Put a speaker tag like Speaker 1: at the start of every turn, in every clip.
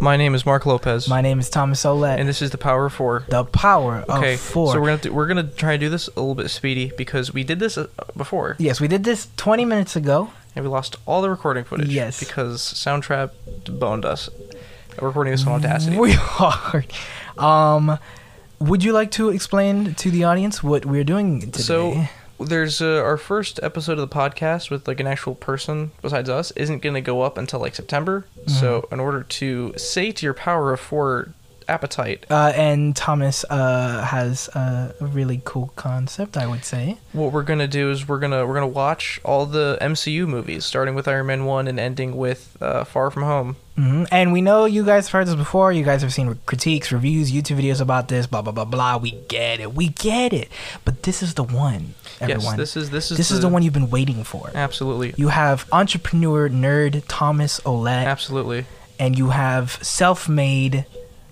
Speaker 1: My name is Mark Lopez,
Speaker 2: My name is Thomas Olet.
Speaker 1: and this is the Power of Four.
Speaker 2: the power
Speaker 1: Okay,
Speaker 2: of four.
Speaker 1: so we're gonna do, we're gonna try to do this a little bit speedy because we did this uh, before
Speaker 2: yes, we did this 20 minutes ago.
Speaker 1: and we lost all the recording footage.
Speaker 2: Yes.
Speaker 1: because Soundtrap boned us. Recording this on Audacity.
Speaker 2: We are. Um, would you like to explain to the audience what we're doing today?
Speaker 1: So there's uh, our first episode of the podcast with like an actual person besides us isn't going to go up until like September.
Speaker 2: Mm-hmm.
Speaker 1: So in order to sate your power of four appetite,
Speaker 2: uh, and Thomas uh, has a really cool concept, I would say.
Speaker 1: what we're going to do is we're going to we're going to watch all the MCU movies starting with Iron Man 1 and ending with uh, Far From Home.
Speaker 2: hmm And we know you guys have heard this before. You guys have seen re- critiques, reviews, YouTube videos about this, blah, blah, blah, blah. We get it. We get it. But this is the one, everyone.
Speaker 1: Yes, this is this is
Speaker 2: This is the one you've been waiting for.
Speaker 1: Absolutely.
Speaker 2: You have entrepreneur nerd Thomas Olet,
Speaker 1: Absolutely.
Speaker 2: and you have self made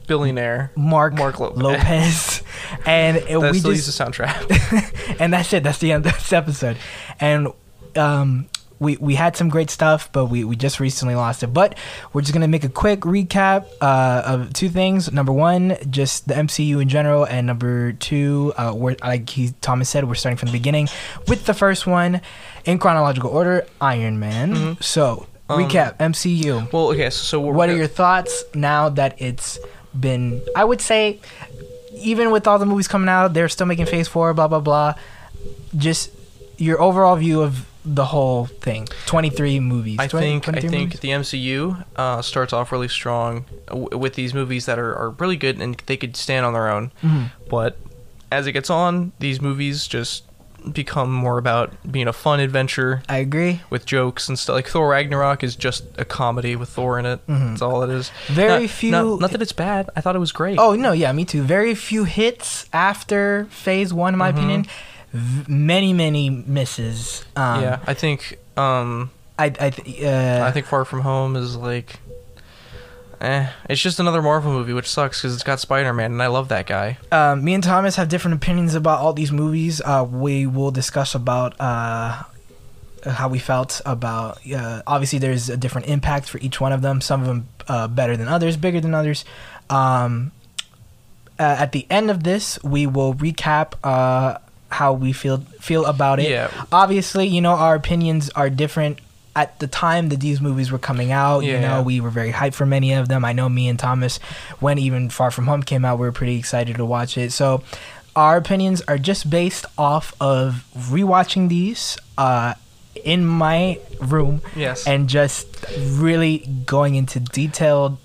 Speaker 1: Billionaire.
Speaker 2: Mark,
Speaker 1: Mark Lopez.
Speaker 2: Lopez. and it-
Speaker 1: That
Speaker 2: we
Speaker 1: still
Speaker 2: just
Speaker 1: uses soundtrap.
Speaker 2: and that's it. That's the end of this episode. And um, we we had some great stuff, but we, we just recently lost it. But we're just gonna make a quick recap uh, of two things. Number one, just the MCU in general, and number two, uh, we're like he Thomas said, we're starting from the beginning with the first one in chronological order, Iron Man. So recap MCU.
Speaker 1: well, okay. So, so
Speaker 2: What are your thoughts now that it's been? I would say, even with all the movies coming out, they're still making Phase Four, blah blah blah. Just your overall view of the whole thing. Twenty three movies.
Speaker 1: I
Speaker 2: 20
Speaker 1: think I
Speaker 2: 23
Speaker 1: think
Speaker 2: movies?
Speaker 1: the MCU uh, starts off really strong w- with these movies that are, are really good and they could stand on their own.
Speaker 2: Mm-hmm.
Speaker 1: But as it gets on, these movies just become more about being a fun adventure
Speaker 2: I agree.
Speaker 1: with jokes and stuff. Like Thor Ragnarok is just a comedy with Thor in it. That's all it is.
Speaker 2: Mm-hmm. Very
Speaker 1: Not-
Speaker 2: few-
Speaker 1: Not, not that it's bad. I thought it was great.
Speaker 2: Oh no, yeah, me too. Very few hits after Phase One,
Speaker 1: Mm-hmm.
Speaker 2: in my opinion. V- many many misses. Um,
Speaker 1: yeah. I think um,
Speaker 2: I I th- uh,
Speaker 1: I think Far From Home is like. Eh, it's just another Marvel movie, which sucks because it's got Spider-Man, and I love that guy.
Speaker 2: um, me and Thomas have different opinions about all these movies. Uh, we will discuss about uh, how we felt about. Uh, obviously, there's a different impact for each one of them. Some of them uh, better than others, bigger than others. Um, uh, at the end of this, we will recap uh, how we feel feel about it.
Speaker 1: Yeah.
Speaker 2: Obviously, you know our opinions are different. At the time that these movies were coming out, you
Speaker 1: Yeah.
Speaker 2: know, we were very hyped for many of them. I know me and Thomas, when even Far From Home came out, we were pretty excited to watch it. So, our opinions are just based off of rewatching these uh, in my room
Speaker 1: Yes.
Speaker 2: and just really going into detailed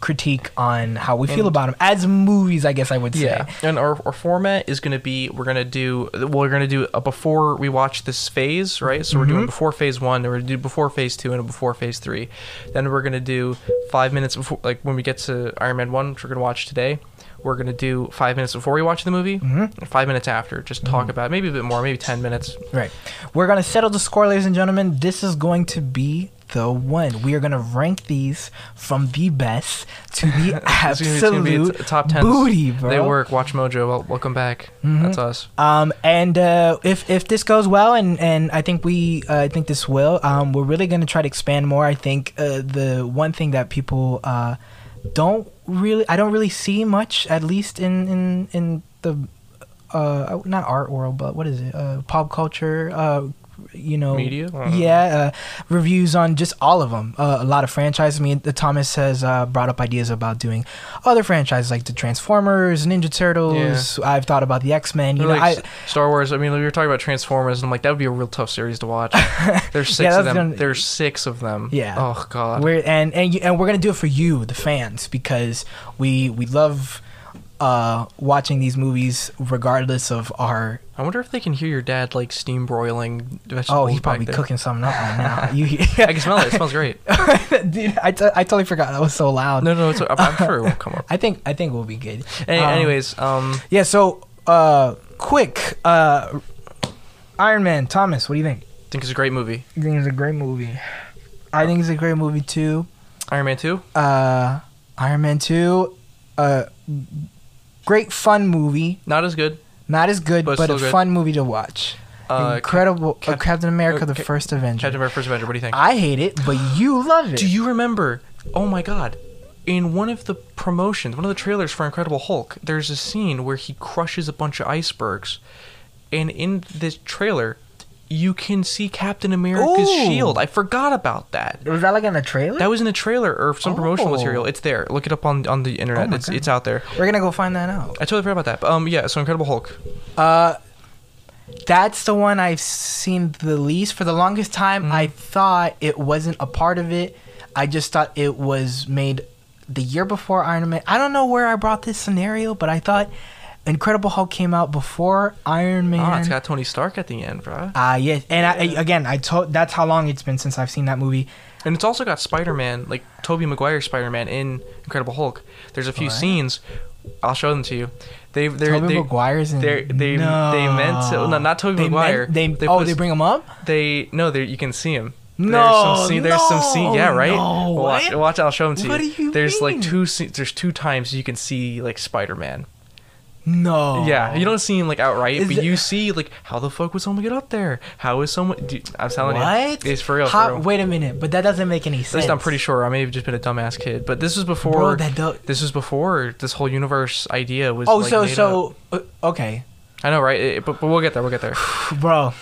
Speaker 2: critique on how we feel
Speaker 1: And-
Speaker 2: about them as movies i guess i would say
Speaker 1: Yeah, and our, our format is going to be we're going to do we're going to do a before we watch this phase, right? So we're
Speaker 2: Mm-hmm.
Speaker 1: doing before phase one, then we're going to do before phase two, and a before phase three. Then we're going to do five minutes before, like when we get to Iron Man one, which we're going to watch today. We're going to do five minutes before we watch the movie,
Speaker 2: Mm-hmm.
Speaker 1: and five minutes after. Just talk about it, maybe a bit more, maybe ten minutes.
Speaker 2: right we're gonna settle the score ladies and gentlemen this is going to be the one we are gonna rank these from the best to the
Speaker 1: It's gonna be- it's gonna be
Speaker 2: absolute
Speaker 1: t- top ten.
Speaker 2: booty bro
Speaker 1: They work. Watch Mojo. Well, welcome back. That's us.
Speaker 2: Um, and uh, if if this goes well, and and I think we uh, I think this will, um, we're really going to try to expand more. I think uh, the one thing that people uh, don't really I don't really see much, at least in in in the uh, not art world, but what is it? Uh, pop culture. Uh, you know,
Speaker 1: Media? I don't know.
Speaker 2: Yeah, uh, reviews on just all of them. Uh, a lot of franchises. I mean, the Thomas has uh, brought up ideas about doing other franchises like the Transformers, Ninja Turtles. I've thought about the X Men. You know,
Speaker 1: Like
Speaker 2: I,
Speaker 1: S- Star Wars. I mean, we were talking about Transformers, and I'm like, that would be a real tough series to watch. There's six
Speaker 2: that's
Speaker 1: of them.
Speaker 2: gonna-
Speaker 1: There's six of them.
Speaker 2: Yeah.
Speaker 1: Oh God.
Speaker 2: We're and and you, and we're gonna do it for you, the fans, because we we love uh, watching these movies regardless of our.
Speaker 1: I wonder if they can hear your dad like steam broiling vegetables.
Speaker 2: Oh, he's
Speaker 1: back
Speaker 2: probably
Speaker 1: there.
Speaker 2: cooking something up right now. You,
Speaker 1: I can smell it. It smells great.
Speaker 2: Dude, I, t- I totally forgot that was so loud.
Speaker 1: No, no, it's, I'm, I'm sure it won't come up.
Speaker 2: I think I think we'll be good.
Speaker 1: Any,
Speaker 2: Um,
Speaker 1: anyways, um,
Speaker 2: yeah. So, uh, quick, uh, Iron Man, Thomas, what do you think?
Speaker 1: I think it's a great movie.
Speaker 2: You think it's a great movie? I think it's a great movie too.
Speaker 1: Iron Man Two.
Speaker 2: Uh, Iron Man Two, uh, great fun movie.
Speaker 1: Not as good.
Speaker 2: Not as good,
Speaker 1: But
Speaker 2: but,
Speaker 1: still
Speaker 2: a
Speaker 1: good.
Speaker 2: fun movie to watch.
Speaker 1: Uh,
Speaker 2: Incredible
Speaker 1: Cap-
Speaker 2: uh, Captain America:
Speaker 1: uh,
Speaker 2: The
Speaker 1: Cap-
Speaker 2: First Avenger.
Speaker 1: Captain America: First Avenger. What do you think?
Speaker 2: I hate it, but you love it.
Speaker 1: Do you remember? Oh my God. in one of the promotions, one of the trailers for Incredible Hulk, there's a scene where he crushes a bunch of icebergs, and in this trailer, you can see Captain America's
Speaker 2: Ooh.
Speaker 1: shield. I forgot about that.
Speaker 2: Was that like in a trailer?
Speaker 1: That was in a trailer or some promotional
Speaker 2: Oh.
Speaker 1: material. It's there. Look it up on, on the internet.
Speaker 2: my
Speaker 1: it's
Speaker 2: God.
Speaker 1: it's out there.
Speaker 2: We're gonna go find that out.
Speaker 1: I totally forgot about that. But, um, yeah. So Incredible Hulk.
Speaker 2: Uh, that's the one I've seen the least. For the longest time,
Speaker 1: Mm-hmm.
Speaker 2: I thought it wasn't a part of it. I just thought it was made the year before Iron Man. I don't know where I brought this scenario, but I thought Incredible Hulk came out before Iron Man.
Speaker 1: Ah, it's got Tony Stark at the end, bruh.
Speaker 2: Ah, yes, and I, I- again, I told that's how long it's been since I've seen that movie.
Speaker 1: And it's also got Spider Man, like Tobey Maguire Spider Man in Incredible Hulk. There's a few
Speaker 2: Alright.
Speaker 1: scenes. I'll show them to you. They've they're,
Speaker 2: Tobey
Speaker 1: they,
Speaker 2: Maguire's in.
Speaker 1: they're- they-
Speaker 2: no.
Speaker 1: they meant to- no, not Tobey
Speaker 2: They
Speaker 1: Maguire.
Speaker 2: Meant, they,
Speaker 1: They
Speaker 2: oh,
Speaker 1: put-
Speaker 2: they bring him up.
Speaker 1: They no, there you can see him. there's some
Speaker 2: No,
Speaker 1: scene. There's some scene. Yeah,
Speaker 2: no,
Speaker 1: right.
Speaker 2: no,
Speaker 1: watch,
Speaker 2: what?
Speaker 1: watch. I'll show them to
Speaker 2: What
Speaker 1: you.
Speaker 2: do you
Speaker 1: there's like
Speaker 2: mean?
Speaker 1: two. sce- There's two times you can see like Spider Man.
Speaker 2: No.
Speaker 1: Yeah, you don't see him like outright,
Speaker 2: Is
Speaker 1: but
Speaker 2: it-
Speaker 1: you see like how the fuck would someone get up there? How is someone? Dude, I'm telling
Speaker 2: What?
Speaker 1: you, it's for real. for
Speaker 2: How-
Speaker 1: real.
Speaker 2: Wait a minute, but that doesn't make any sense.
Speaker 1: At least I'm pretty sure. I may have just been a dumbass kid, but this was before.
Speaker 2: Bro, that do-
Speaker 1: this was before this whole universe idea was.
Speaker 2: Oh,
Speaker 1: like,
Speaker 2: so
Speaker 1: made up.
Speaker 2: so uh, okay,
Speaker 1: I know, right? It- but, but we'll get there. We'll get there.
Speaker 2: bro.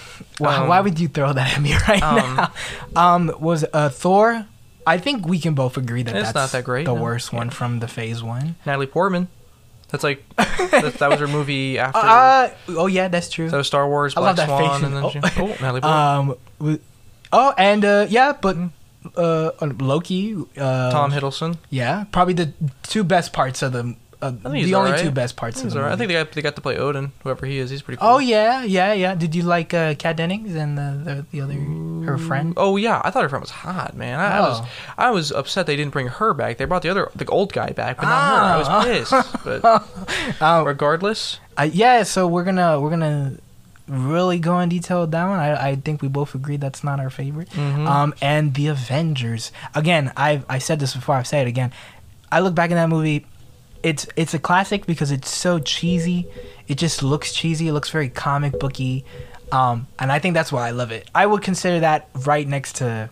Speaker 2: Wow,
Speaker 1: Um,
Speaker 2: why would you throw that at me right
Speaker 1: um,
Speaker 2: now? Um, was uh Thor? I think we can both agree that
Speaker 1: It's
Speaker 2: that's
Speaker 1: not that great,
Speaker 2: The
Speaker 1: no.
Speaker 2: worst one from the Phase One.
Speaker 1: Natalie Portman. That's like that, that was her movie after.
Speaker 2: Uh, oh yeah, that's true.
Speaker 1: So Star Wars,
Speaker 2: I love
Speaker 1: Black
Speaker 2: that
Speaker 1: Swan,
Speaker 2: face.
Speaker 1: and then
Speaker 2: Oh.
Speaker 1: she- oh, Natalie Portman.
Speaker 2: um, w- oh and uh, yeah, but uh, Loki. Uh,
Speaker 1: Mm-hmm. Tom Hiddleston.
Speaker 2: Yeah, probably the two best parts of the. Uh,
Speaker 1: I think he's
Speaker 2: the only
Speaker 1: alright.
Speaker 2: two best parts of
Speaker 1: He's
Speaker 2: the
Speaker 1: alright.
Speaker 2: movie.
Speaker 1: I think they got, they got to play Odin, whoever he is. He's pretty cool.
Speaker 2: Oh yeah, yeah, yeah. Did you like uh, Kat Dennings and the the, the other her friend?
Speaker 1: Oh yeah, I thought her friend was hot, man. I, I was
Speaker 2: Oh.
Speaker 1: I was upset they didn't bring her back. They brought the other the old guy back, but not
Speaker 2: Ah.
Speaker 1: her. I was pissed. But
Speaker 2: Um,
Speaker 1: regardless,
Speaker 2: I, yeah. So we're gonna we're gonna really go in detail with that one. I, I think we both agree that's not our favorite. Um, and the Avengers again. I've I said this before. I've said it again. I look back in that movie. It's it's a classic because it's so cheesy. It just looks cheesy. It looks very comic booky, um, and I think that's why I love it. I would consider that right next to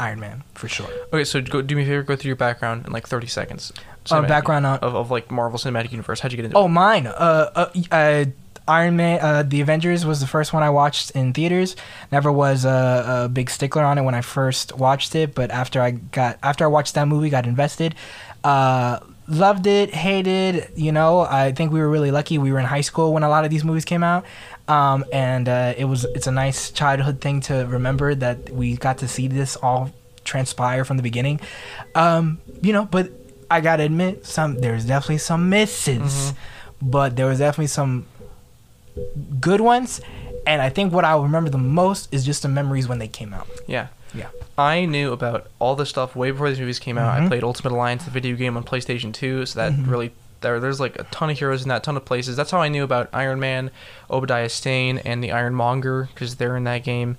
Speaker 2: Iron Man for sure.
Speaker 1: okay. So go, do me a favor, go through your background in like thirty seconds.
Speaker 2: Uh,
Speaker 1: Cinematic-
Speaker 2: background on-
Speaker 1: of, of like Marvel Cinematic Universe. How'd you get into?
Speaker 2: Oh,
Speaker 1: it?
Speaker 2: mine. Uh, uh, uh, Iron Man, uh, The Avengers was the first one I watched in theaters. Never was uh, a, a big stickler on it when I first watched it, but after I got after I watched that movie, got invested. Uh, loved it, hated. You know, I think we were really lucky. We were in high school when a lot of these movies came out, um, and uh, it was it's a nice childhood thing to remember that we got to see this all transpire from the beginning. Um, you know, but I gotta admit, some there's definitely some misses,
Speaker 1: Mm-hmm.
Speaker 2: but there was definitely some good ones. And I think what I remember the most is just the memories when they came out.
Speaker 1: yeah.
Speaker 2: Yeah.
Speaker 1: I knew about all this stuff way before these movies came out. I
Speaker 2: Mhm.
Speaker 1: played Ultimate Alliance, the video game on PlayStation 2, so that really there, there's like a ton of heroes in that ton of places. That's how I knew about Iron Man, Obadiah Stane, and the Ironmonger because they're in that game.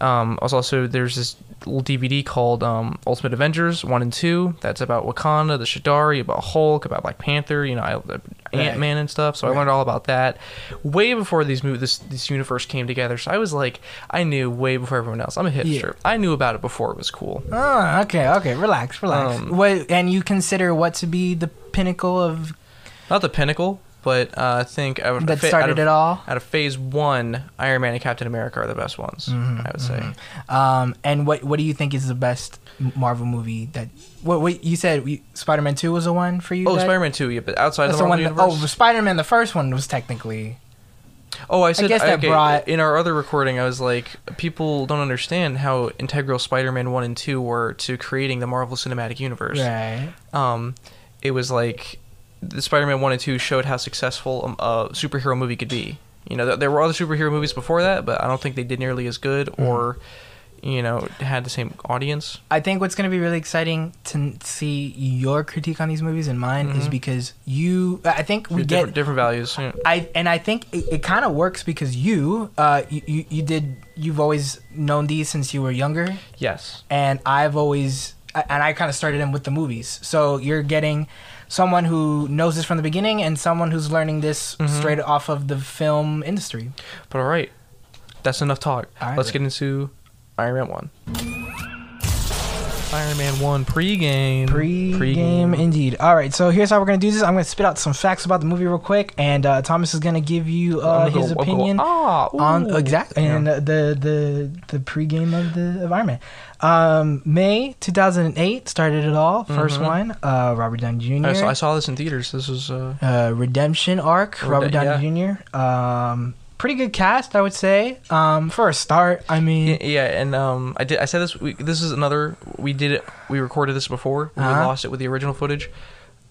Speaker 1: Um, also, also, there's this little DVD called um, Ultimate Avengers One and Two. That's about Wakanda, the Shadari, about Hulk, about Black Panther. You know, I- uh, Ant Man and stuff. So I learned all about that way before these movies, this this universe came together. So I was like, I knew way before everyone else. I'm a hipster. I knew about it before it was cool.
Speaker 2: Ah, okay, okay, relax, relax.
Speaker 1: Um,
Speaker 2: what and you consider what to be the pinnacle of
Speaker 1: Not the pinnacle, but uh, I think I would
Speaker 2: that
Speaker 1: fa- out
Speaker 2: started
Speaker 1: of,
Speaker 2: it all?
Speaker 1: Out of Phase One, Iron Man and Captain America are the best ones.
Speaker 2: Mm-hmm,
Speaker 1: I would say.
Speaker 2: Um, and what what do you think is the best Marvel movie that? What what you said? We, Spider-Man Two was the one for you.
Speaker 1: Oh,
Speaker 2: guys?
Speaker 1: Spider Man Two, yeah, but outside
Speaker 2: That's
Speaker 1: the
Speaker 2: the
Speaker 1: Marvel
Speaker 2: one. that-
Speaker 1: universe.
Speaker 2: oh, Spider-Man, the first one was technically.
Speaker 1: Oh, I said.
Speaker 2: guess that
Speaker 1: okay,
Speaker 2: brought-
Speaker 1: in our other recording. I was like, people don't understand how integral Spider-Man one and two were to creating the Marvel Cinematic Universe.
Speaker 2: Right.
Speaker 1: Um, it was like the Spider-Man one and two showed how successful um, a superhero movie could be. You know, th- there were other superhero movies before that, but I don't think they did nearly as good
Speaker 2: Hmm.
Speaker 1: or, you know, had the same audience.
Speaker 2: I think what's going to be really exciting to n- see your critique on these movies and mine is because you. I think we
Speaker 1: Different,
Speaker 2: get.
Speaker 1: different values. yeah.
Speaker 2: I and I think it, it kind of works because you, uh, you, you you did you've always known these since you were younger,
Speaker 1: Yes.
Speaker 2: and I've always and I kind of started in with the movies. So you're getting someone who knows this from the beginning and someone who's learning this straight off of the film industry.
Speaker 1: But all right, that's enough talk.
Speaker 2: All right,
Speaker 1: Let's
Speaker 2: then.
Speaker 1: get into Iron Man one. Iron Man 1 pregame.
Speaker 2: Pre game, indeed. All right, so here's how we're gonna do this. I'm gonna spit out some facts about the movie real quick, and uh, Thomas is gonna give you uh,
Speaker 1: I'm gonna
Speaker 2: his
Speaker 1: go- I'm gonna go,
Speaker 2: opinion
Speaker 1: "Ah, ooh."
Speaker 2: on exactly
Speaker 1: Yeah.
Speaker 2: and uh, the the the pregame of the of Iron Man. Um, May 2008 started it all. 1st
Speaker 1: Mhm.
Speaker 2: one, uh, Robert Downey Jr.
Speaker 1: I, saw, I saw this in theaters. This was uh,
Speaker 2: uh, redemption arc,
Speaker 1: Rede-
Speaker 2: Robert Downey Jr. Um, pretty good cast, I would say. Um, for a start, I
Speaker 1: yeah,
Speaker 2: mean,
Speaker 1: yeah, and um, I did. I said this. We, this is another. We did it. We recorded this before. We
Speaker 2: Uh-huh.
Speaker 1: lost it with the original footage,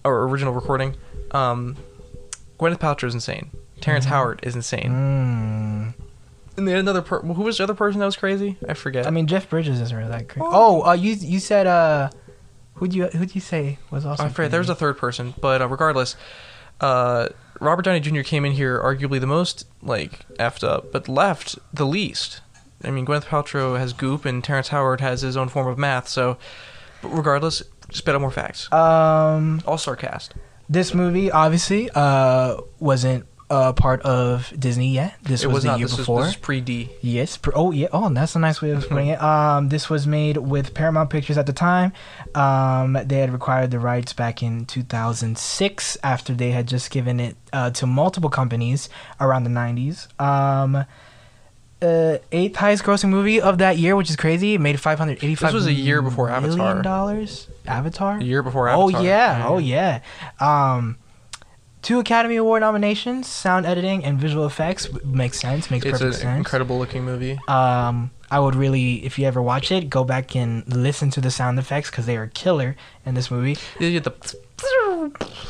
Speaker 1: or original recording. Um, Gwyneth Paltrow is insane. Terrence
Speaker 2: Mm-hmm.
Speaker 1: Howard is insane.
Speaker 2: mm.
Speaker 1: And then another. Per- who was the other person that was crazy? I forget.
Speaker 2: I mean, Jeff Bridges isn't really that crazy.
Speaker 1: Oh.
Speaker 2: Oh, uh, you you said uh, who'd you who'd you say was also?
Speaker 1: I forget. There was
Speaker 2: crazy?
Speaker 1: a third person, but uh, regardless, uh, Robert Downey Jr. came in here arguably the most like effed up, but left the least. I mean, Gwyneth Paltrow has goop, and Terrence Howard has his own form of math. So, but regardless, spit out more facts.
Speaker 2: um.
Speaker 1: All star cast.
Speaker 2: This movie obviously uh, wasn't a part of Disney yet. This
Speaker 1: it
Speaker 2: was,
Speaker 1: was
Speaker 2: the
Speaker 1: not.
Speaker 2: year
Speaker 1: This is,
Speaker 2: before.
Speaker 1: this is pre D.
Speaker 2: Yes. pr- Oh, yeah. Oh, that's a nice way of putting it. Um, this was made with Paramount Pictures at the time. Um, they had acquired the rights back in 2006 after they had just given it uh, to multiple companies around the 90s. Um, uh, eighth highest grossing movie of that year, which is crazy. It made 585.
Speaker 1: This was a year before
Speaker 2: million
Speaker 1: Avatar.
Speaker 2: Dollars. Avatar.
Speaker 1: The year before
Speaker 2: Oh
Speaker 1: Avatar.
Speaker 2: yeah, oh yeah. Um, two Academy Award nominations: sound editing and visual effects. W- Makes sense. Makes
Speaker 1: It's an
Speaker 2: perfect sense.
Speaker 1: incredible looking movie.
Speaker 2: Um, I would really, if you ever watch it, go back and listen to the sound effects because they are killer in this movie.
Speaker 1: They did the-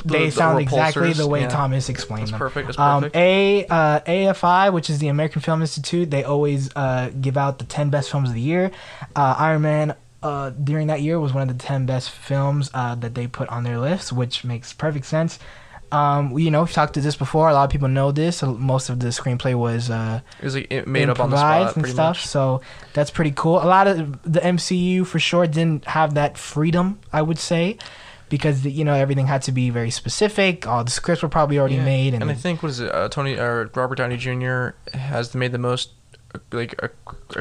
Speaker 2: they
Speaker 1: the
Speaker 2: sound exactly
Speaker 1: repulsors,
Speaker 2: the way
Speaker 1: yeah.
Speaker 2: Thomas explained
Speaker 1: That's
Speaker 2: them.
Speaker 1: perfect. That's
Speaker 2: Um,
Speaker 1: perfect.
Speaker 2: a uh, AFI, which is the American Film Institute, they always uh, give out the ten best films of the year. Uh, Iron Man uh, during that year was one of the ten best films uh, that they put on their list, which makes perfect sense. Um, we- you know, we've talked to this before. A lot of people know this. So Most of the screenplay was uh,
Speaker 1: it was like, it made up on the
Speaker 2: improvised
Speaker 1: spot,
Speaker 2: and
Speaker 1: pretty
Speaker 2: stuff.
Speaker 1: much.
Speaker 2: So that's pretty cool. A lot of the MCU for sure didn't have that freedom, I would say, because you know everything had to be very specific. All the scripts were probably already
Speaker 1: Yeah.
Speaker 2: made, and,
Speaker 1: I think was it uh, Tony or Robert Downey Jr. has made the most uh, like. A,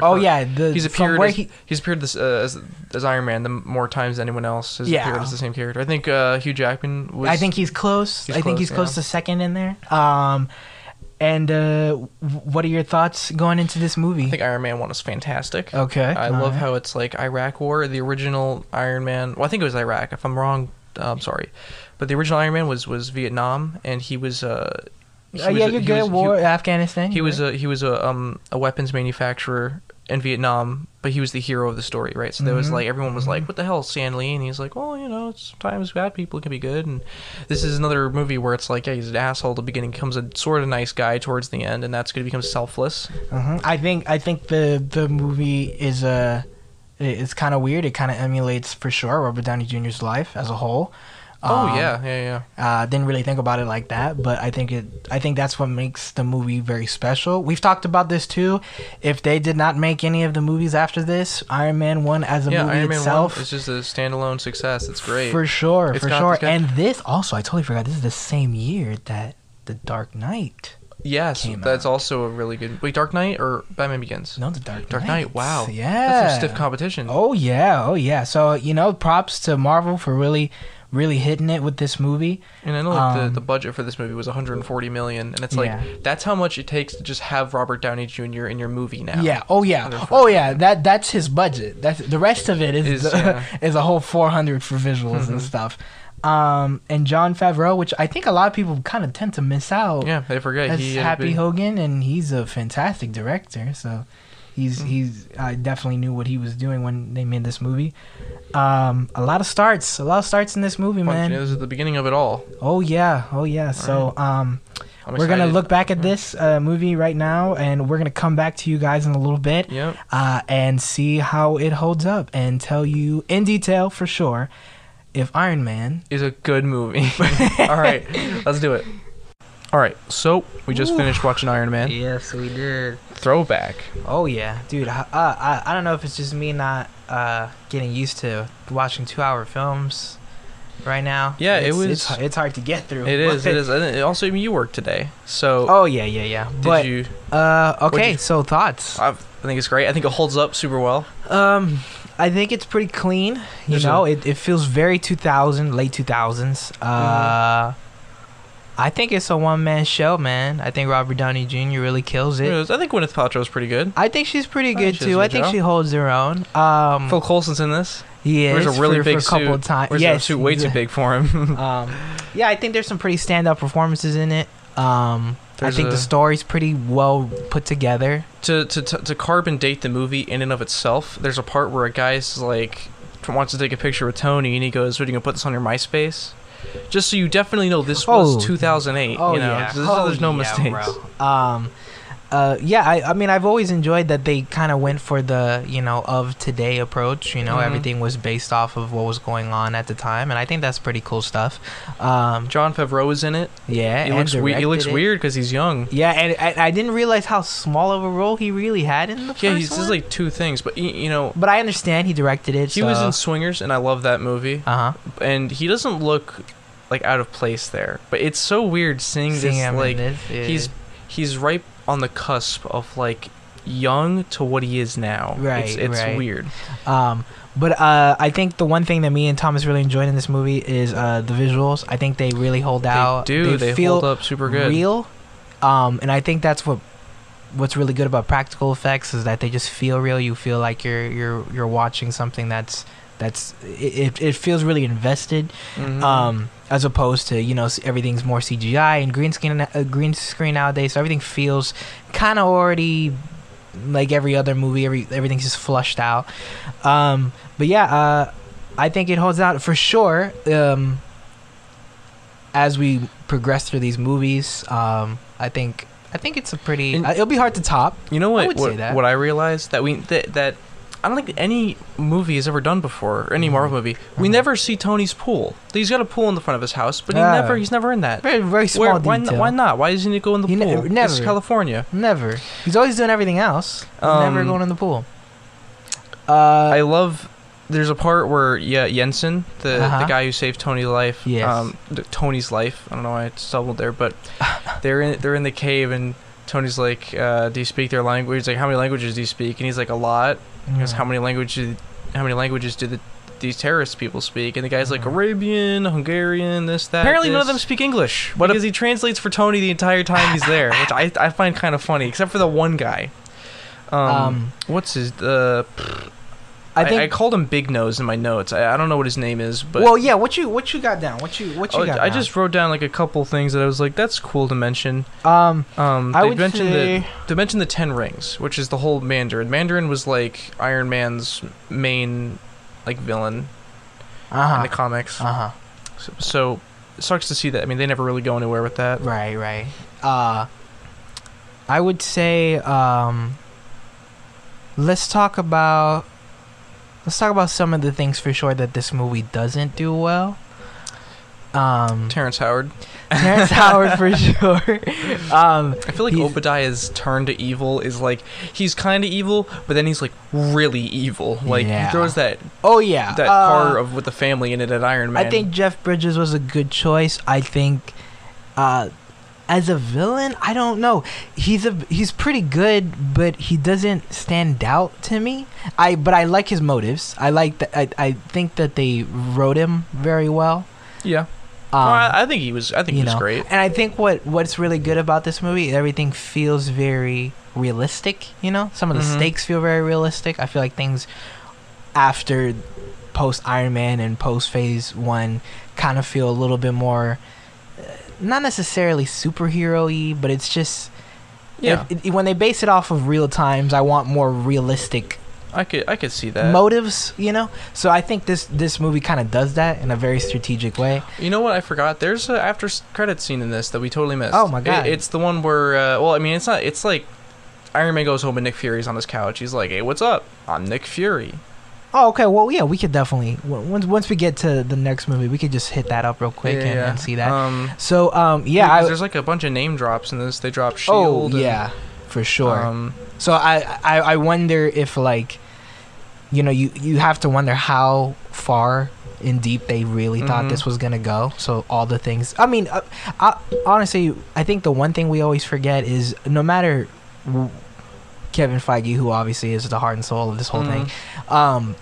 Speaker 2: oh yeah, the
Speaker 1: he's
Speaker 2: from
Speaker 1: appeared.
Speaker 2: where
Speaker 1: as,
Speaker 2: he-
Speaker 1: he's appeared this, uh, as as Iron Man the more times than anyone else has
Speaker 2: Yeah.
Speaker 1: appeared as the same character. I think uh, Hugh Jackman was.
Speaker 2: I think he's close.
Speaker 1: He's
Speaker 2: I think
Speaker 1: close,
Speaker 2: he's close
Speaker 1: yeah.
Speaker 2: to second in there. Um, and uh, w- what are your thoughts going into this movie?
Speaker 1: I think Iron Man one was fantastic.
Speaker 2: okay, Uh,
Speaker 1: I
Speaker 2: all
Speaker 1: love
Speaker 2: right.
Speaker 1: how it's like Iraq War, the original Iron Man. Well, I think it was Iraq. If I'm wrong, uh, I'm sorry. But the original Iron Man was was Vietnam, and he was. Uh, he
Speaker 2: Uh,
Speaker 1: was
Speaker 2: yeah,
Speaker 1: a-
Speaker 2: you're
Speaker 1: he
Speaker 2: good.
Speaker 1: was- he-
Speaker 2: War Afghanistan.
Speaker 1: He
Speaker 2: you're
Speaker 1: was
Speaker 2: good.
Speaker 1: a he was a um a weapons manufacturer in Vietnam, but he was the hero of the story, right? So there was
Speaker 2: Mhm.
Speaker 1: like everyone was like, "What the hell, Stan Lee?" And he's like, "Well, you know, sometimes bad people can be good." And this is another movie where it's like, yeah, he's an asshole at the beginning, becomes a sort of nice guy towards the end, and that's going to become selfless.
Speaker 2: Mhm. I think I think the the movie is uh, it- it's kind of weird. It kind of emulates for sure Robert Downey Jr.'s life as a whole.
Speaker 1: oh
Speaker 2: Um,
Speaker 1: yeah, yeah, yeah.
Speaker 2: Uh, didn't really think about it like that, but I think it. I think that's what makes the movie very special. We've talked about this too. If they did not make any of the movies after this, Iron Man one as a
Speaker 1: yeah,
Speaker 2: movie
Speaker 1: Iron Man
Speaker 2: itself,
Speaker 1: One is just a standalone success. It's great.
Speaker 2: for sure,
Speaker 1: It's
Speaker 2: for
Speaker 1: got-
Speaker 2: sure.
Speaker 1: it's got-
Speaker 2: And this also, I totally forgot. This is the same year that The Dark Knight.
Speaker 1: yes,
Speaker 2: came
Speaker 1: that's also a really good. Wait, Dark Knight or Batman Begins?
Speaker 2: No, The Dark Knight.
Speaker 1: Dark Knight. Wow.
Speaker 2: Yeah.
Speaker 1: That's some stiff competition.
Speaker 2: Oh yeah, oh yeah. So you know, props to Marvel for really, really hitting it with this movie.
Speaker 1: And I know like
Speaker 2: Um,
Speaker 1: the, the budget for this movie was 140 million, and it's like
Speaker 2: Yeah.
Speaker 1: that's how much it takes to just have Robert Downey Jr. in your movie now.
Speaker 2: Yeah, oh yeah, oh yeah. That that's his budget. That's the rest of it is
Speaker 1: Is,
Speaker 2: is,
Speaker 1: yeah. Mm-hmm.
Speaker 2: a whole four hundred for visuals and stuff. Um, and John Favreau, which I think a lot of people kind of tend to miss out.
Speaker 1: yeah, they forget
Speaker 2: as
Speaker 1: he had a
Speaker 2: Happy
Speaker 1: big-
Speaker 2: Hogan, and he's a fantastic director. So he's
Speaker 1: Mm-hmm.
Speaker 2: he's I definitely knew what he was doing when they made this movie. Um, a lot of starts, a lot of starts in this movie,
Speaker 1: punch.
Speaker 2: man.
Speaker 1: You know, this is the beginning of it all.
Speaker 2: Oh yeah, oh yeah. So um,
Speaker 1: I'm
Speaker 2: we're gonna
Speaker 1: excited. Mm-hmm.
Speaker 2: look back at this uh, movie right now, and we're gonna come back to you guys in a little bit,
Speaker 1: Yep.
Speaker 2: uh, and see how it holds up, and tell you in detail for sure if Iron Man.
Speaker 1: Is a good movie. all right, let's do it. All right, so we just
Speaker 2: Ooh.
Speaker 1: finished watching Iron Man.
Speaker 2: Yes, we did.
Speaker 1: Throwback.
Speaker 2: Oh yeah, dude. Uh, I I don't know if it's just me not uh, getting used to watching two-hour films right now.
Speaker 1: Yeah, it
Speaker 2: It's-
Speaker 1: was-
Speaker 2: It's, it's hard to get through.
Speaker 1: It is. It is. And it- also, I mean, you work today, so
Speaker 2: Oh yeah, yeah, yeah.
Speaker 1: did
Speaker 2: but
Speaker 1: you?
Speaker 2: uh,
Speaker 1: What'd
Speaker 2: okay,
Speaker 1: you-
Speaker 2: so thoughts.
Speaker 1: I've, I think it's great. I think it holds up super well.
Speaker 2: Um, I think it's pretty clean. You
Speaker 1: There's
Speaker 2: know,
Speaker 1: a-
Speaker 2: it, it feels very 2000, late 2000s. Uh, I think it's a one man show, man. I think Robert Downey Jr. really kills it.
Speaker 1: I think Gwyneth Paltrow is pretty good.
Speaker 2: I think she's pretty
Speaker 1: I
Speaker 2: good
Speaker 1: think Oh, she does a
Speaker 2: too.
Speaker 1: good
Speaker 2: I think
Speaker 1: job.
Speaker 2: she holds her own. Um,
Speaker 1: Phil Coulson's in this.
Speaker 2: yeah,
Speaker 1: Wears a really
Speaker 2: for,
Speaker 1: big
Speaker 2: for a couple
Speaker 1: suit.
Speaker 2: of times.
Speaker 1: Where's
Speaker 2: yes,
Speaker 1: that suit way too big for him?
Speaker 2: Um, yeah, I think there's some pretty stand up performances in it. Um, I
Speaker 1: There's
Speaker 2: think the
Speaker 1: a-
Speaker 2: story's pretty well put together.
Speaker 1: to, to to to carbon date the movie in and of itself, there's a part where a guy's like wants to take a picture with Tony, and he goes, "What are you gonna put this on your MySpace?" Just so you definitely know this
Speaker 2: Oh.
Speaker 1: was 2008.
Speaker 2: Oh
Speaker 1: you know,
Speaker 2: yeah,
Speaker 1: So this-
Speaker 2: oh,
Speaker 1: there's no
Speaker 2: yeah,
Speaker 1: mistakes.
Speaker 2: bro. Um, uh, yeah, I, I mean, I've always enjoyed that they kind of went for the you know of today approach. You know,
Speaker 1: Mhm.
Speaker 2: everything was based off of what was going on at the time, and I think that's pretty cool stuff. Um,
Speaker 1: John Favreau is in it.
Speaker 2: yeah,
Speaker 1: He
Speaker 2: and
Speaker 1: looks we- he
Speaker 2: directed
Speaker 1: looks
Speaker 2: it.
Speaker 1: weird because he's young.
Speaker 2: Yeah, and I, I didn't realize how small of a role he really had in the
Speaker 1: Yeah,
Speaker 2: first
Speaker 1: he's
Speaker 2: one.
Speaker 1: just like two things, but y- you know,
Speaker 2: but I understand he directed it.
Speaker 1: he was in Swingers, and I love that movie.
Speaker 2: Uh huh.
Speaker 1: And he doesn't look like out of place there, but it's so weird seeing this like he's he's right on the cusp of like young to what he is now. It's,
Speaker 2: Right,
Speaker 1: it's
Speaker 2: right.
Speaker 1: weird.
Speaker 2: Um, but uh, I think the one thing that me and Thomas really enjoyed in this movie is uh, the visuals. I think they really hold out.
Speaker 1: they do. They,
Speaker 2: feel
Speaker 1: hold up super good.
Speaker 2: real. Um, and I think that's what what's really good about practical effects is that they just feel real. You feel like you're you're you're watching something that's that's it, it- it feels really invested
Speaker 1: Mhm.
Speaker 2: um, as opposed to you know s- everything's more CGI and green screen uh, green screen nowadays. So everything feels kind of already like every other movie. Every everything's just flushed out. Um, but yeah, uh, I think it holds out for sure. Um, as we progress through these movies, um, I think I think it's a pretty.
Speaker 1: And-
Speaker 2: uh, it'll be hard to top.
Speaker 1: you know what?
Speaker 2: would say
Speaker 1: what,
Speaker 2: that.
Speaker 1: what I realized that we that, that I don't think any movie has ever done before, or any
Speaker 2: Mhm.
Speaker 1: Marvel movie. We
Speaker 2: Mhm.
Speaker 1: never see Tony's pool. He's got a pool in the front of his house, but he
Speaker 2: Yeah.
Speaker 1: never he's never in that.
Speaker 2: Ah. Very very small
Speaker 1: Where, why,
Speaker 2: detail.
Speaker 1: n- why not? Why does he need to go in the
Speaker 2: He ne-
Speaker 1: pool? It's
Speaker 2: never.
Speaker 1: California.
Speaker 2: Never. He's always doing everything else. He's never
Speaker 1: Um,
Speaker 2: going in the pool. Uh,
Speaker 1: I love. There's a part where yeah, Jensen, the
Speaker 2: Uh-huh.
Speaker 1: the guy who saved Tony's life,
Speaker 2: Yes.
Speaker 1: th- Tony's life. I don't know why I stumbled there, but they're in they're in the cave and Tony's like, uh, "Do you speak their language?" He's like, "How many languages do you speak?" And he's like, "A lot." He goes,
Speaker 2: Mm.
Speaker 1: "How many languages? How many languages do the these terrorist people speak?" And the guy's like,
Speaker 2: Mhm.
Speaker 1: "Arabian, Hungarian, this that." Mm. Apparently, none of them
Speaker 2: this."
Speaker 1: speak English, but because he translates for Tony the entire time he's there, which I I find kind of funny, except for the one guy. Um,
Speaker 2: Um,
Speaker 1: what's his uh
Speaker 2: I
Speaker 1: I,
Speaker 2: think
Speaker 1: I, called him Big Nose in my notes. I, I don't know what his name is, but
Speaker 2: well, yeah. What you what you got down? What you what you
Speaker 1: I,
Speaker 2: got?
Speaker 1: I
Speaker 2: down?
Speaker 1: just wrote down like a couple things that I was like, that's cool to mention.
Speaker 2: um
Speaker 1: Um,
Speaker 2: I
Speaker 1: they
Speaker 2: would
Speaker 1: mentioned
Speaker 2: say
Speaker 1: the they mentioned the Ten Rings, which is the whole Mandarin. Mandarin was like Iron Man's main like villain in
Speaker 2: uh
Speaker 1: the
Speaker 2: huh
Speaker 1: comics.
Speaker 2: uh huh
Speaker 1: So, so it sucks to see that. I mean, they never really go anywhere with that.
Speaker 2: right right uh I would say um let's talk about let's talk about some of the things for sure that this movie doesn't do well um
Speaker 1: Terrence Howard.
Speaker 2: Terrence Howard for sure um
Speaker 1: I feel like
Speaker 2: He's-
Speaker 1: Obadiah's turn to evil is like he's kind of evil, but then he's like really evil. Like
Speaker 2: Yeah.
Speaker 1: he throws that
Speaker 2: oh yeah
Speaker 1: that
Speaker 2: uh,
Speaker 1: car of with the family in it at Iron Man.
Speaker 2: I think Jeff Bridges was a good choice. I think uh, as a villain, I don't know. He's a he's pretty good, but he doesn't stand out to me. I but I like his motives. I like that. I, I think that they wrote him very well.
Speaker 1: yeah.
Speaker 2: Um,
Speaker 1: No, I, I think he was. I think
Speaker 2: you
Speaker 1: he was
Speaker 2: know,
Speaker 1: great.
Speaker 2: And I think what what's really good about this movie, everything feels very realistic. You know, some of the
Speaker 1: Mhm.
Speaker 2: stakes feel very realistic. I feel like things after post Iron Man and post Phase One kind of feel a little bit more, uh, not necessarily superhero-y, but it's just
Speaker 1: Yeah,
Speaker 2: if- it- when they base it off of real times, I want more realistic
Speaker 1: I could. I could see that.
Speaker 2: motives. You know, so I think this this movie kind of does that in a very strategic way.
Speaker 1: you know what? I forgot. There's an after s- credit scene in this that we totally missed.
Speaker 2: Oh my God.
Speaker 1: It, it's the one where. Uh, well, I mean, it's not. It's like Iron Man goes home and Nick Fury's on his couch. He's like, "Hey, what's up? I'm Nick Fury."
Speaker 2: Oh, okay. Well, yeah, we could definitely w- once once we get to the next movie, we could just hit that up real quick
Speaker 1: Yeah,
Speaker 2: and,
Speaker 1: yeah.
Speaker 2: and see that.
Speaker 1: Um,
Speaker 2: so, um, yeah,
Speaker 1: because
Speaker 2: I,
Speaker 1: there's like a bunch of name drops in this. They drop
Speaker 2: oh
Speaker 1: Shield. E and,
Speaker 2: yeah, for sure.
Speaker 1: Um,
Speaker 2: so I, I I wonder if like, you know, you you have to wonder how far in deep they really thought
Speaker 1: Mhm.
Speaker 2: this was gonna go. So all the things. I mean, uh, I, honestly, I think the one thing we always forget is no matter.
Speaker 1: Mm-hmm.
Speaker 2: W- Kevin Feige, who obviously is the heart and soul of this whole thing,
Speaker 1: mhm.
Speaker 2: um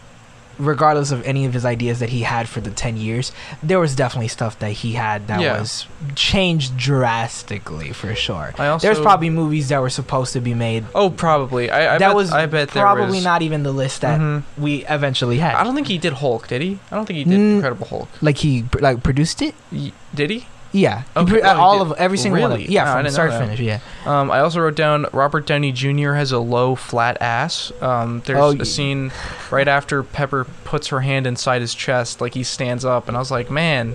Speaker 2: regardless of any of his ideas that he had for the 10 years, there was definitely stuff that he had that
Speaker 1: Yeah.
Speaker 2: was changed drastically for sure.
Speaker 1: I also-
Speaker 2: There's probably movies that were supposed to be made.
Speaker 1: Oh, probably. I, I
Speaker 2: that
Speaker 1: bet,
Speaker 2: was
Speaker 1: I bet there
Speaker 2: probably
Speaker 1: was-
Speaker 2: not even the list that
Speaker 1: Mhm.
Speaker 2: we eventually had.
Speaker 1: I don't think he did Hulk, did he? I don't think he did
Speaker 2: Mm.
Speaker 1: Incredible Hulk.
Speaker 2: like he pr- like produced it?
Speaker 1: Y- did he?
Speaker 2: Yeah. He
Speaker 1: Okay,
Speaker 2: pr-
Speaker 1: well, he
Speaker 2: all
Speaker 1: did.
Speaker 2: of every single one. Of,
Speaker 1: Really?
Speaker 2: yeah,
Speaker 1: Wow, I
Speaker 2: from
Speaker 1: didn't know
Speaker 2: start to
Speaker 1: that.
Speaker 2: finish, yeah.
Speaker 1: Um, I also wrote down Robert Downey Jr. has a low, flat ass. Um, there's
Speaker 2: Oh, y-
Speaker 1: a scene right after Pepper puts her hand inside his chest, like he stands up, and I was like, man,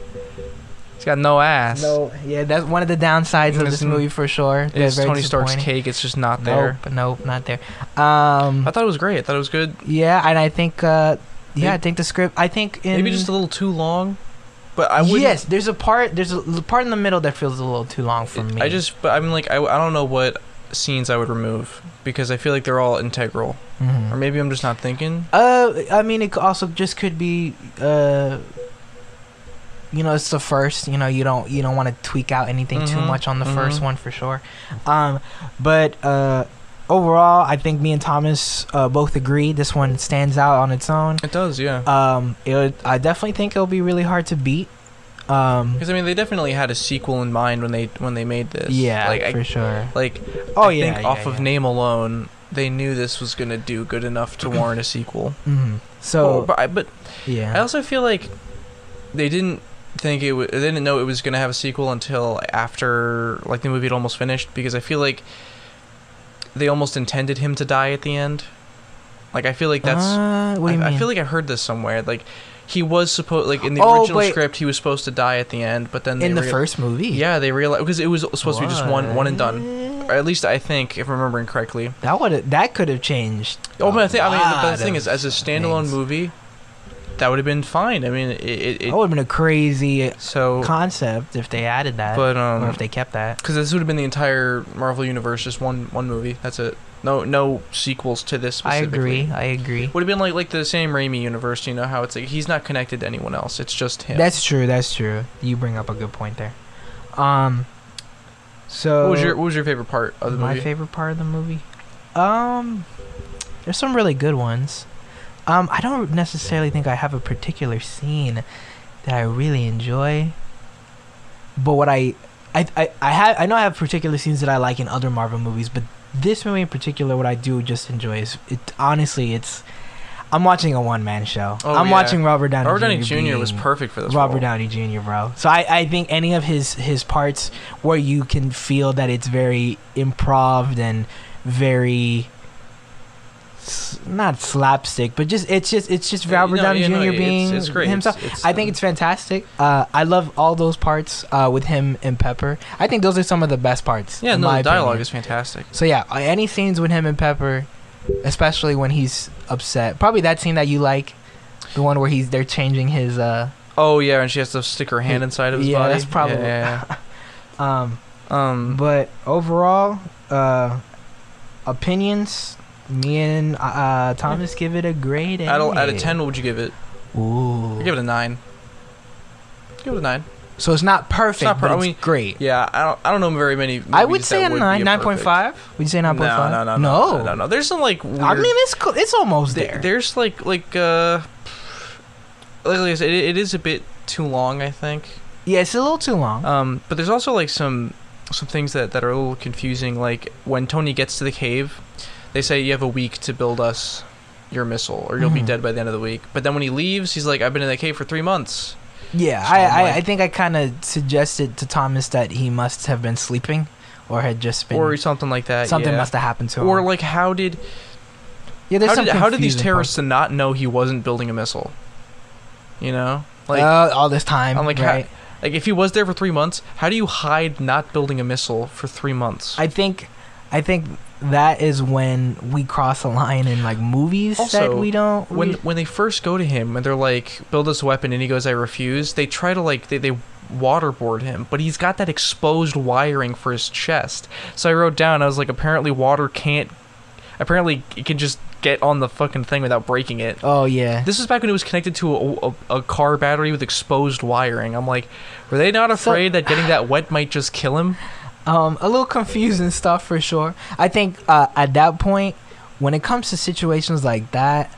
Speaker 1: he's got no ass.
Speaker 2: No, yeah, that's one of the downsides of this
Speaker 1: Isn't-
Speaker 2: movie for sure. They're
Speaker 1: It's
Speaker 2: very
Speaker 1: Tony Stark's
Speaker 2: disappointing.
Speaker 1: cake. It's just not there.
Speaker 2: Nope, nope, not there. Um,
Speaker 1: I thought it was great. I thought it was good.
Speaker 2: yeah, and I think, uh, yeah, I
Speaker 1: Maybe-
Speaker 2: think the script. I think in
Speaker 1: Maybe just a little too long, but I would.
Speaker 2: yes, there's a part, there's a l- part in the middle that feels a little too long for me.
Speaker 1: I just, but I'm like, I, I don't know what scenes I would remove because I feel like they're all integral,
Speaker 2: Mhm.
Speaker 1: or maybe I'm just not thinking.
Speaker 2: Uh, I mean, it c- also just could be, uh, you know, it's the first. You know, you don't you don't want to tweak out anything too
Speaker 1: Mhm,
Speaker 2: much on the first
Speaker 1: mhm.
Speaker 2: one for sure. Um, but uh, overall, I think me and Thomas uh, both agree this one stands out on its own.
Speaker 1: It does, yeah.
Speaker 2: Um, it would, I definitely think it'll be really hard to beat. Um,
Speaker 1: Because I mean, they definitely had a sequel in mind when they when they made this.
Speaker 2: yeah,
Speaker 1: like
Speaker 2: for
Speaker 1: I,
Speaker 2: sure.
Speaker 1: like
Speaker 2: Oh
Speaker 1: I
Speaker 2: yeah,
Speaker 1: think
Speaker 2: yeah,
Speaker 1: off of
Speaker 2: yeah.
Speaker 1: name alone, they knew this was gonna do good enough to warrant a sequel.
Speaker 2: Mhm.
Speaker 1: Oh,
Speaker 2: So
Speaker 1: but I, but I
Speaker 2: yeah,
Speaker 1: also feel like they didn't think it. W- they didn't know it was gonna have a sequel until after like the movie had almost finished. Because I feel like they almost intended him to die at the end. Like I feel like that's.
Speaker 2: Uh, what do you
Speaker 1: I,
Speaker 2: mean?
Speaker 1: I feel like I heard this somewhere. Like he was supposed like in the
Speaker 2: Oh,
Speaker 1: original
Speaker 2: wait.
Speaker 1: script he was supposed to die at the end, but then
Speaker 2: in
Speaker 1: they
Speaker 2: the
Speaker 1: rea-
Speaker 2: first movie.
Speaker 1: Yeah, they realized because it was supposed to be just one one and done. Or
Speaker 2: What?
Speaker 1: at least I think, if I'm remembering correctly.
Speaker 2: That would that could have changed.
Speaker 1: Oh, but I think I mean,
Speaker 2: a
Speaker 1: but
Speaker 2: lot
Speaker 1: the thing
Speaker 2: of
Speaker 1: is, as a standalone
Speaker 2: things.
Speaker 1: movie, that would have been fine. I mean, it, it,
Speaker 2: that
Speaker 1: it
Speaker 2: would have been a crazy
Speaker 1: so,
Speaker 2: concept if they added that,
Speaker 1: but
Speaker 2: or if
Speaker 1: um,
Speaker 2: they kept that.
Speaker 1: because this would have been the entire Marvel universe, just one one movie. That's it. No, no sequels to this.
Speaker 2: I
Speaker 1: Specifically.
Speaker 2: agree. I agree.
Speaker 1: Would have been like like the same Raimi universe. You know how it's like he's not connected to anyone else. It's just him.
Speaker 2: That's true. That's true. You bring up a good point there. Um, so
Speaker 1: what was your What was your favorite part of the
Speaker 2: my
Speaker 1: movie?
Speaker 2: favorite part of the movie? Um, there's some really good ones. Um, I don't necessarily think I have a particular scene that I really enjoy, but what I I I, I have I know I have particular scenes that I like in other Marvel movies, but this movie in particular, what I do just enjoy is it. Honestly, it's I'm watching a one man show.
Speaker 1: Oh,
Speaker 2: I'm
Speaker 1: yeah.
Speaker 2: watching Robert Downey.
Speaker 1: Robert Downey Jr.
Speaker 2: being-
Speaker 1: was perfect for this.
Speaker 2: Robert
Speaker 1: role.
Speaker 2: Downey Jr., bro. So I, I think any of his his parts where you can feel that it's very improv and very s- not slapstick, but just it's just it's just
Speaker 1: Yeah,
Speaker 2: Robert
Speaker 1: no,
Speaker 2: Downey
Speaker 1: yeah,
Speaker 2: Jr.
Speaker 1: no, it's-
Speaker 2: being
Speaker 1: it's great.
Speaker 2: himself.
Speaker 1: It's- it's,
Speaker 2: I think
Speaker 1: um,
Speaker 2: it's fantastic. Uh, I love all those parts uh, with him and Pepper. I think those are some of the best parts.
Speaker 1: yeah.
Speaker 2: in
Speaker 1: No,
Speaker 2: my
Speaker 1: the dialogue
Speaker 2: opinion.
Speaker 1: is fantastic.
Speaker 2: So yeah, uh, any scenes with him and Pepper, especially when he's upset. Probably that scene that you like, the one where he's they're changing his. Uh,
Speaker 1: Oh yeah, and she has to stick her hand inside of his
Speaker 2: Yeah,
Speaker 1: body.
Speaker 2: that's probably-
Speaker 1: Yeah,
Speaker 2: um,
Speaker 1: yeah. Um,
Speaker 2: But overall, uh, opinions. Me and uh, Thomas give it a grade.
Speaker 1: out of, out of
Speaker 2: A.
Speaker 1: ten, what would you give it?
Speaker 2: Ooh.
Speaker 1: I give it a nine. Give it a nine.
Speaker 2: so it's not perfect,
Speaker 1: It's not per-
Speaker 2: but
Speaker 1: I
Speaker 2: it's
Speaker 1: mean,
Speaker 2: great.
Speaker 1: Yeah, I don't. I don't know very many.
Speaker 2: I
Speaker 1: movies
Speaker 2: would say
Speaker 1: that
Speaker 2: a
Speaker 1: would
Speaker 2: nine,
Speaker 1: be
Speaker 2: nine point
Speaker 1: perfect-
Speaker 2: five. Would you say
Speaker 1: No,
Speaker 2: nine point five?
Speaker 1: no, no, no, no, no, no, no. There's some like weird.
Speaker 2: I mean, it's co- it's almost
Speaker 1: th-
Speaker 2: there.
Speaker 1: There's like like uh, like I said, it, it is a bit too long, I think.
Speaker 2: yeah, it's a little too long.
Speaker 1: Um, but there's also like some some things that that are a little confusing. Like when Tony gets to the cave, they say you have a week to build us your missile, or you'll be
Speaker 2: Mhm.
Speaker 1: dead by the end of the week. But then when he leaves, he's like, I've been in the cave for three months.
Speaker 2: yeah,
Speaker 1: so
Speaker 2: I,
Speaker 1: I'm
Speaker 2: I,
Speaker 1: like-
Speaker 2: I think I kind of suggested to Thomas that he must have been sleeping, or had just been
Speaker 1: or something like that.
Speaker 2: something
Speaker 1: yeah.
Speaker 2: must have happened to him.
Speaker 1: Or like, how did
Speaker 2: yeah, there's
Speaker 1: how
Speaker 2: some
Speaker 1: did, how did these
Speaker 2: confusing parts.
Speaker 1: terrorists not know he wasn't building a missile? You know, like
Speaker 2: uh, all this time?
Speaker 1: I'm like, how-
Speaker 2: right?
Speaker 1: like if he was there for three months, how do you hide not building a missile for three months?
Speaker 2: I think I think that is when we cross a line in like movies that
Speaker 1: Also,
Speaker 2: we don't we-
Speaker 1: when when they first go to him and they're like, "Build us a weapon," and he goes, "I refuse," they try to like they they waterboard him, but he's got that exposed wiring for his chest. So I wrote down, I was like, apparently water can't, apparently it can just get on the fucking thing without breaking it.
Speaker 2: Oh yeah.
Speaker 1: This is back when it was connected to a, a, a car battery with exposed wiring. I'm like, were they not
Speaker 2: So-
Speaker 1: afraid that getting that wet might just kill him?
Speaker 2: Um a little confusing stuff for sure. I think uh at that point when it comes to situations like that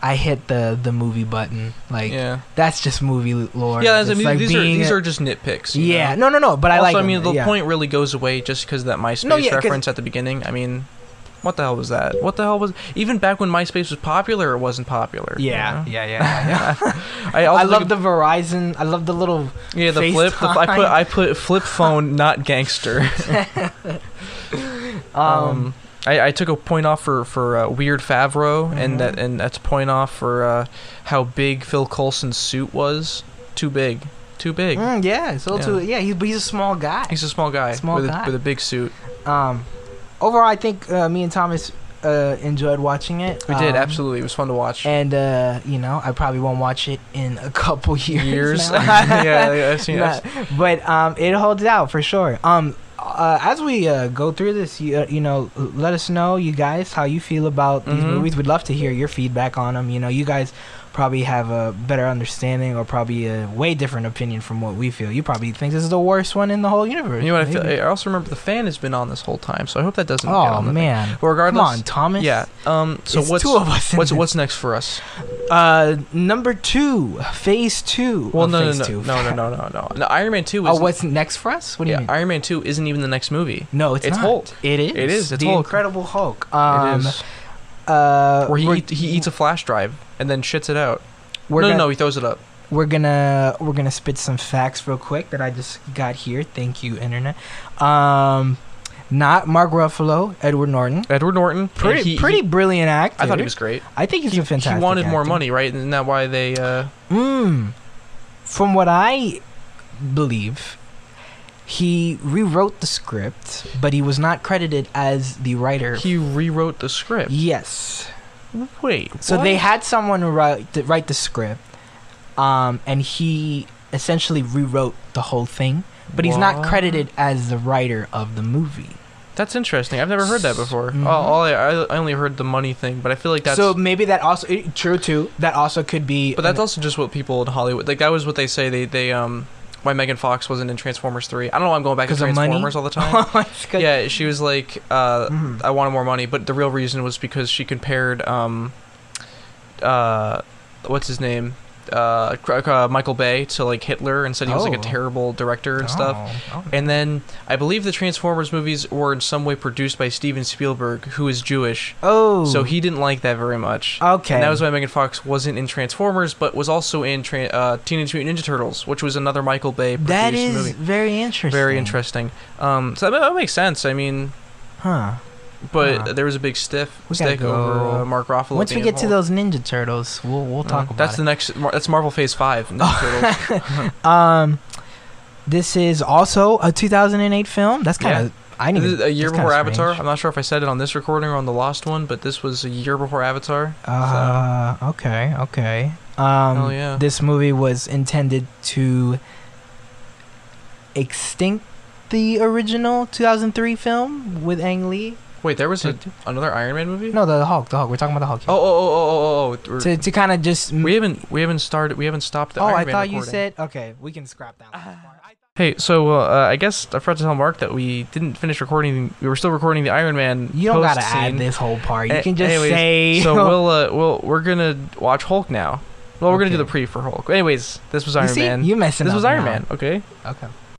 Speaker 2: I hit the the movie button. Like
Speaker 1: Yeah.
Speaker 2: that's just movie lore.
Speaker 1: Yeah, as I
Speaker 2: It's
Speaker 1: mean,
Speaker 2: like
Speaker 1: these are
Speaker 2: being
Speaker 1: these
Speaker 2: a-
Speaker 1: are just nitpicks. you
Speaker 2: yeah,
Speaker 1: know?
Speaker 2: no, no, no. But I
Speaker 1: also,
Speaker 2: like.
Speaker 1: I mean,
Speaker 2: them,
Speaker 1: the
Speaker 2: yeah.
Speaker 1: point really goes away just because that MySpace
Speaker 2: yeah, 'cause-
Speaker 1: reference at the beginning. I mean, what the hell was that? What the hell was even back when MySpace was popular? It wasn't popular. you
Speaker 2: Yeah,
Speaker 1: know?
Speaker 2: yeah, yeah, yeah.
Speaker 1: I,
Speaker 2: I
Speaker 1: also
Speaker 2: love
Speaker 1: think-
Speaker 2: the Verizon. I love the little.
Speaker 1: yeah the flip. The, I put I put flip phone, not gangster.
Speaker 2: Um,
Speaker 1: Um, I, I took a point off for for uh, Weird Favreau,
Speaker 2: Mm-hmm.
Speaker 1: and that and that's a point off for uh, how big Phil Coulson's suit was. Too big, too big.
Speaker 2: mm, yeah, so
Speaker 1: Yeah.
Speaker 2: too. Yeah, he, but he's a small guy.
Speaker 1: He's a small guy,
Speaker 2: Small
Speaker 1: with,
Speaker 2: guy.
Speaker 1: A, with a big suit.
Speaker 2: Um, overall, I think uh, me and Thomas uh, enjoyed watching it.
Speaker 1: We did
Speaker 2: Um,
Speaker 1: absolutely. It was fun to watch.
Speaker 2: And uh, you know, I probably won't watch it in a couple years.
Speaker 1: Years,
Speaker 2: now.
Speaker 1: yeah, yeah, I've seen
Speaker 2: Nah,
Speaker 1: it.
Speaker 2: but um, it holds out for sure. Um, uh, as we uh, go through this, you, uh, you know, l- let us know, you guys, how you feel about these
Speaker 1: Mhm.
Speaker 2: movies. We'd love to hear your feedback on them. You know, you guys probably have a better understanding or probably a way different opinion from what we feel. You probably think this is the worst one in the whole universe.
Speaker 1: You know what? I, feel,
Speaker 2: maybe.
Speaker 1: I also remember the fan has been on this whole time, so I hope that doesn't. get
Speaker 2: oh
Speaker 1: on the-
Speaker 2: man,
Speaker 1: Well,
Speaker 2: come
Speaker 1: regardless,
Speaker 2: on, Thomas.
Speaker 1: yeah. Um. So
Speaker 2: It's
Speaker 1: what's
Speaker 2: two of us in
Speaker 1: what's
Speaker 2: this.
Speaker 1: what's next for us?
Speaker 2: Uh, number two, phase two.
Speaker 1: Well,
Speaker 2: Oh,
Speaker 1: no, no,
Speaker 2: phase
Speaker 1: no,
Speaker 2: two.
Speaker 1: no, no, no, no, no, no. Iron Man two is.
Speaker 2: Oh, what's next for us? What do
Speaker 1: yeah,
Speaker 2: you mean?
Speaker 1: Iron Man two isn't even the next movie.
Speaker 2: no, it's,
Speaker 1: it's
Speaker 2: not.
Speaker 1: Hulk.
Speaker 2: It is.
Speaker 1: It is, it's
Speaker 2: the
Speaker 1: Hulk.
Speaker 2: Incredible Hulk. Um,
Speaker 1: it is.
Speaker 2: Uh,
Speaker 1: Where he
Speaker 2: we're,
Speaker 1: eat, he eats a flash drive and then shits it out.
Speaker 2: we're
Speaker 1: no,
Speaker 2: gonna,
Speaker 1: no, no, he throws it up.
Speaker 2: We're gonna we're gonna spit some facts real quick that I just got here. Thank you, internet. Um, not Mark Ruffalo, Edward Norton.
Speaker 1: Edward Norton.
Speaker 2: Pretty
Speaker 1: and he-
Speaker 2: pretty
Speaker 1: he-
Speaker 2: brilliant actor.
Speaker 1: I thought he was great.
Speaker 2: I think he's a fantastic.
Speaker 1: he wanted more
Speaker 2: actor.
Speaker 1: money, right? Isn't that why they? Uh,
Speaker 2: Mm. From what I believe, he rewrote the script, but he was not credited as the writer.
Speaker 1: he rewrote the script.
Speaker 2: yes.
Speaker 1: Wait.
Speaker 2: So
Speaker 1: what?
Speaker 2: they had someone write the, write the script, um, and he essentially rewrote the whole thing. But he's not
Speaker 1: What?
Speaker 2: credited as the writer of the movie.
Speaker 1: That's interesting. I've never heard that before.
Speaker 2: Mhm.
Speaker 1: All, all I, I I only heard the money thing, but I feel like that's.
Speaker 2: so maybe that also it- true too. That also could be.
Speaker 1: but that's also just what people in Hollywood like. That was what they say. They they um. Why Megan Fox wasn't in Transformers three? I don't know. why I'm going back to
Speaker 2: 'Cause of money? Oh
Speaker 1: Transformers all the time.
Speaker 2: It's good.
Speaker 1: yeah, she was like, uh,
Speaker 2: Mhm.
Speaker 1: I wanted more money, but the real reason was because she compared, um, uh, what's his name, uh, Cr- uh Michael Bay to like Hitler, and said he was like
Speaker 2: Oh.
Speaker 1: a terrible director and stuff.
Speaker 2: Oh, oh.
Speaker 1: And then I believe the Transformers movies were in some way produced by Steven Spielberg, who is Jewish,
Speaker 2: Oh.
Speaker 1: so he didn't like that very much.
Speaker 2: Okay.
Speaker 1: And that was why Megan Fox wasn't in Transformers, but was also in tra- uh, Teenage Mutant Ninja Turtles, which was another Michael Bay produced
Speaker 2: That is
Speaker 1: movie.
Speaker 2: very interesting.
Speaker 1: Very interesting. Um, so that, that makes sense. I mean,
Speaker 2: Huh.
Speaker 1: but
Speaker 2: Huh.
Speaker 1: there was a big stiff
Speaker 2: We gotta
Speaker 1: stick
Speaker 2: go.
Speaker 1: over uh, Mark Ruffalo.
Speaker 2: Once we
Speaker 1: being
Speaker 2: get to
Speaker 1: Hulk.
Speaker 2: those Ninja Turtles, we'll we'll talk
Speaker 1: Uh,
Speaker 2: about
Speaker 1: that's
Speaker 2: it. Oh,
Speaker 1: the next. Mar- that's Marvel Phase Five. Ninja Turtles.
Speaker 2: Um, this is also a 2008 film. That's kind of I
Speaker 1: This
Speaker 2: need
Speaker 1: is a year before Avatar. I'm not sure if I said it on this recording or on the last one, but this was a year before Avatar.
Speaker 2: Uh, okay, okay.
Speaker 1: Hell
Speaker 2: Um,
Speaker 1: yeah.
Speaker 2: this movie was intended to extinct the original 2003 film with Ang Lee.
Speaker 1: Wait, there was a, another Iron Man movie.
Speaker 2: No, the Hulk. The Hulk. We're talking about the Hulk.
Speaker 1: Oh, oh,
Speaker 2: Here.
Speaker 1: oh, oh, oh, oh.
Speaker 2: to to kind of just.
Speaker 1: we haven't we haven't started. We haven't stopped the
Speaker 2: oh,
Speaker 1: Iron
Speaker 2: I
Speaker 1: Man
Speaker 2: thought you
Speaker 1: recording.
Speaker 2: said okay. We can scrap that. last part. I-
Speaker 1: Hey, so uh, I guess I forgot to tell Mark that we didn't finish recording. We were still recording the Iron Man.
Speaker 2: You don't
Speaker 1: post
Speaker 2: gotta add
Speaker 1: scene.
Speaker 2: this whole part. You
Speaker 1: A-
Speaker 2: can just
Speaker 1: anyways,
Speaker 2: say.
Speaker 1: So we'll uh, we'll we're gonna watch Hulk now. Well, we're gonna do
Speaker 2: Okay.
Speaker 1: the pre for Hulk. Anyways, this was
Speaker 2: You
Speaker 1: Iron
Speaker 2: see,
Speaker 1: Man.
Speaker 2: you messing
Speaker 1: this
Speaker 2: up
Speaker 1: was Iron
Speaker 2: now.
Speaker 1: Man. Okay.
Speaker 2: Okay.